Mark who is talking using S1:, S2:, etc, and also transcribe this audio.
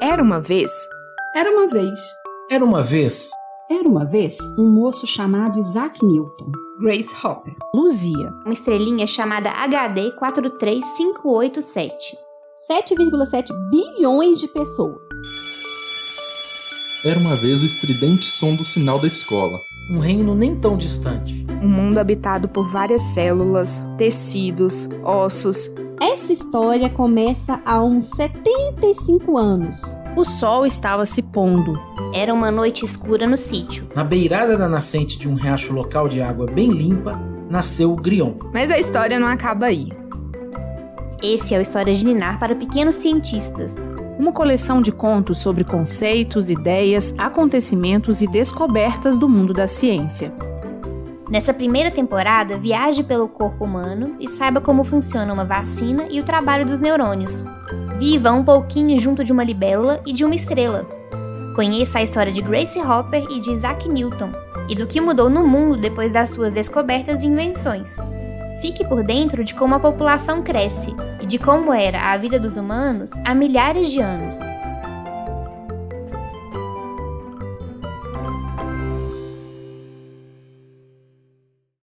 S1: Era uma vez.
S2: Era uma vez.
S3: Era uma vez.
S4: Era uma vez um moço chamado Isaac Newton.
S2: Grace Hopper.
S1: Luzia.
S5: Uma estrelinha chamada HD 43587.
S6: 7,7 bilhões de pessoas.
S7: Era uma vez o estridente som do sinal da escola.
S3: Um reino nem tão distante.
S1: Um mundo habitado por várias células, tecidos, ossos.
S6: Essa história começa há uns 75 anos.
S8: O sol estava se pondo.
S5: Era uma noite escura no sítio.
S3: Na beirada da nascente de um riacho local de água bem limpa, nasceu o Grion.
S1: Mas a história não acaba aí.
S5: Esse é o História de Ninar para Pequenos Cientistas.
S8: Uma coleção de contos sobre conceitos, ideias, acontecimentos e descobertas do mundo da ciência.
S5: Nessa primeira temporada, viaje pelo corpo humano e saiba como funciona uma vacina e o trabalho dos neurônios. Viva um pouquinho junto de uma libélula e de uma estrela. Conheça a história de Grace Hopper e de Isaac Newton e do que mudou no mundo depois das suas descobertas e invenções. Fique por dentro de como a população cresce e de como era a vida dos humanos há milhares de anos.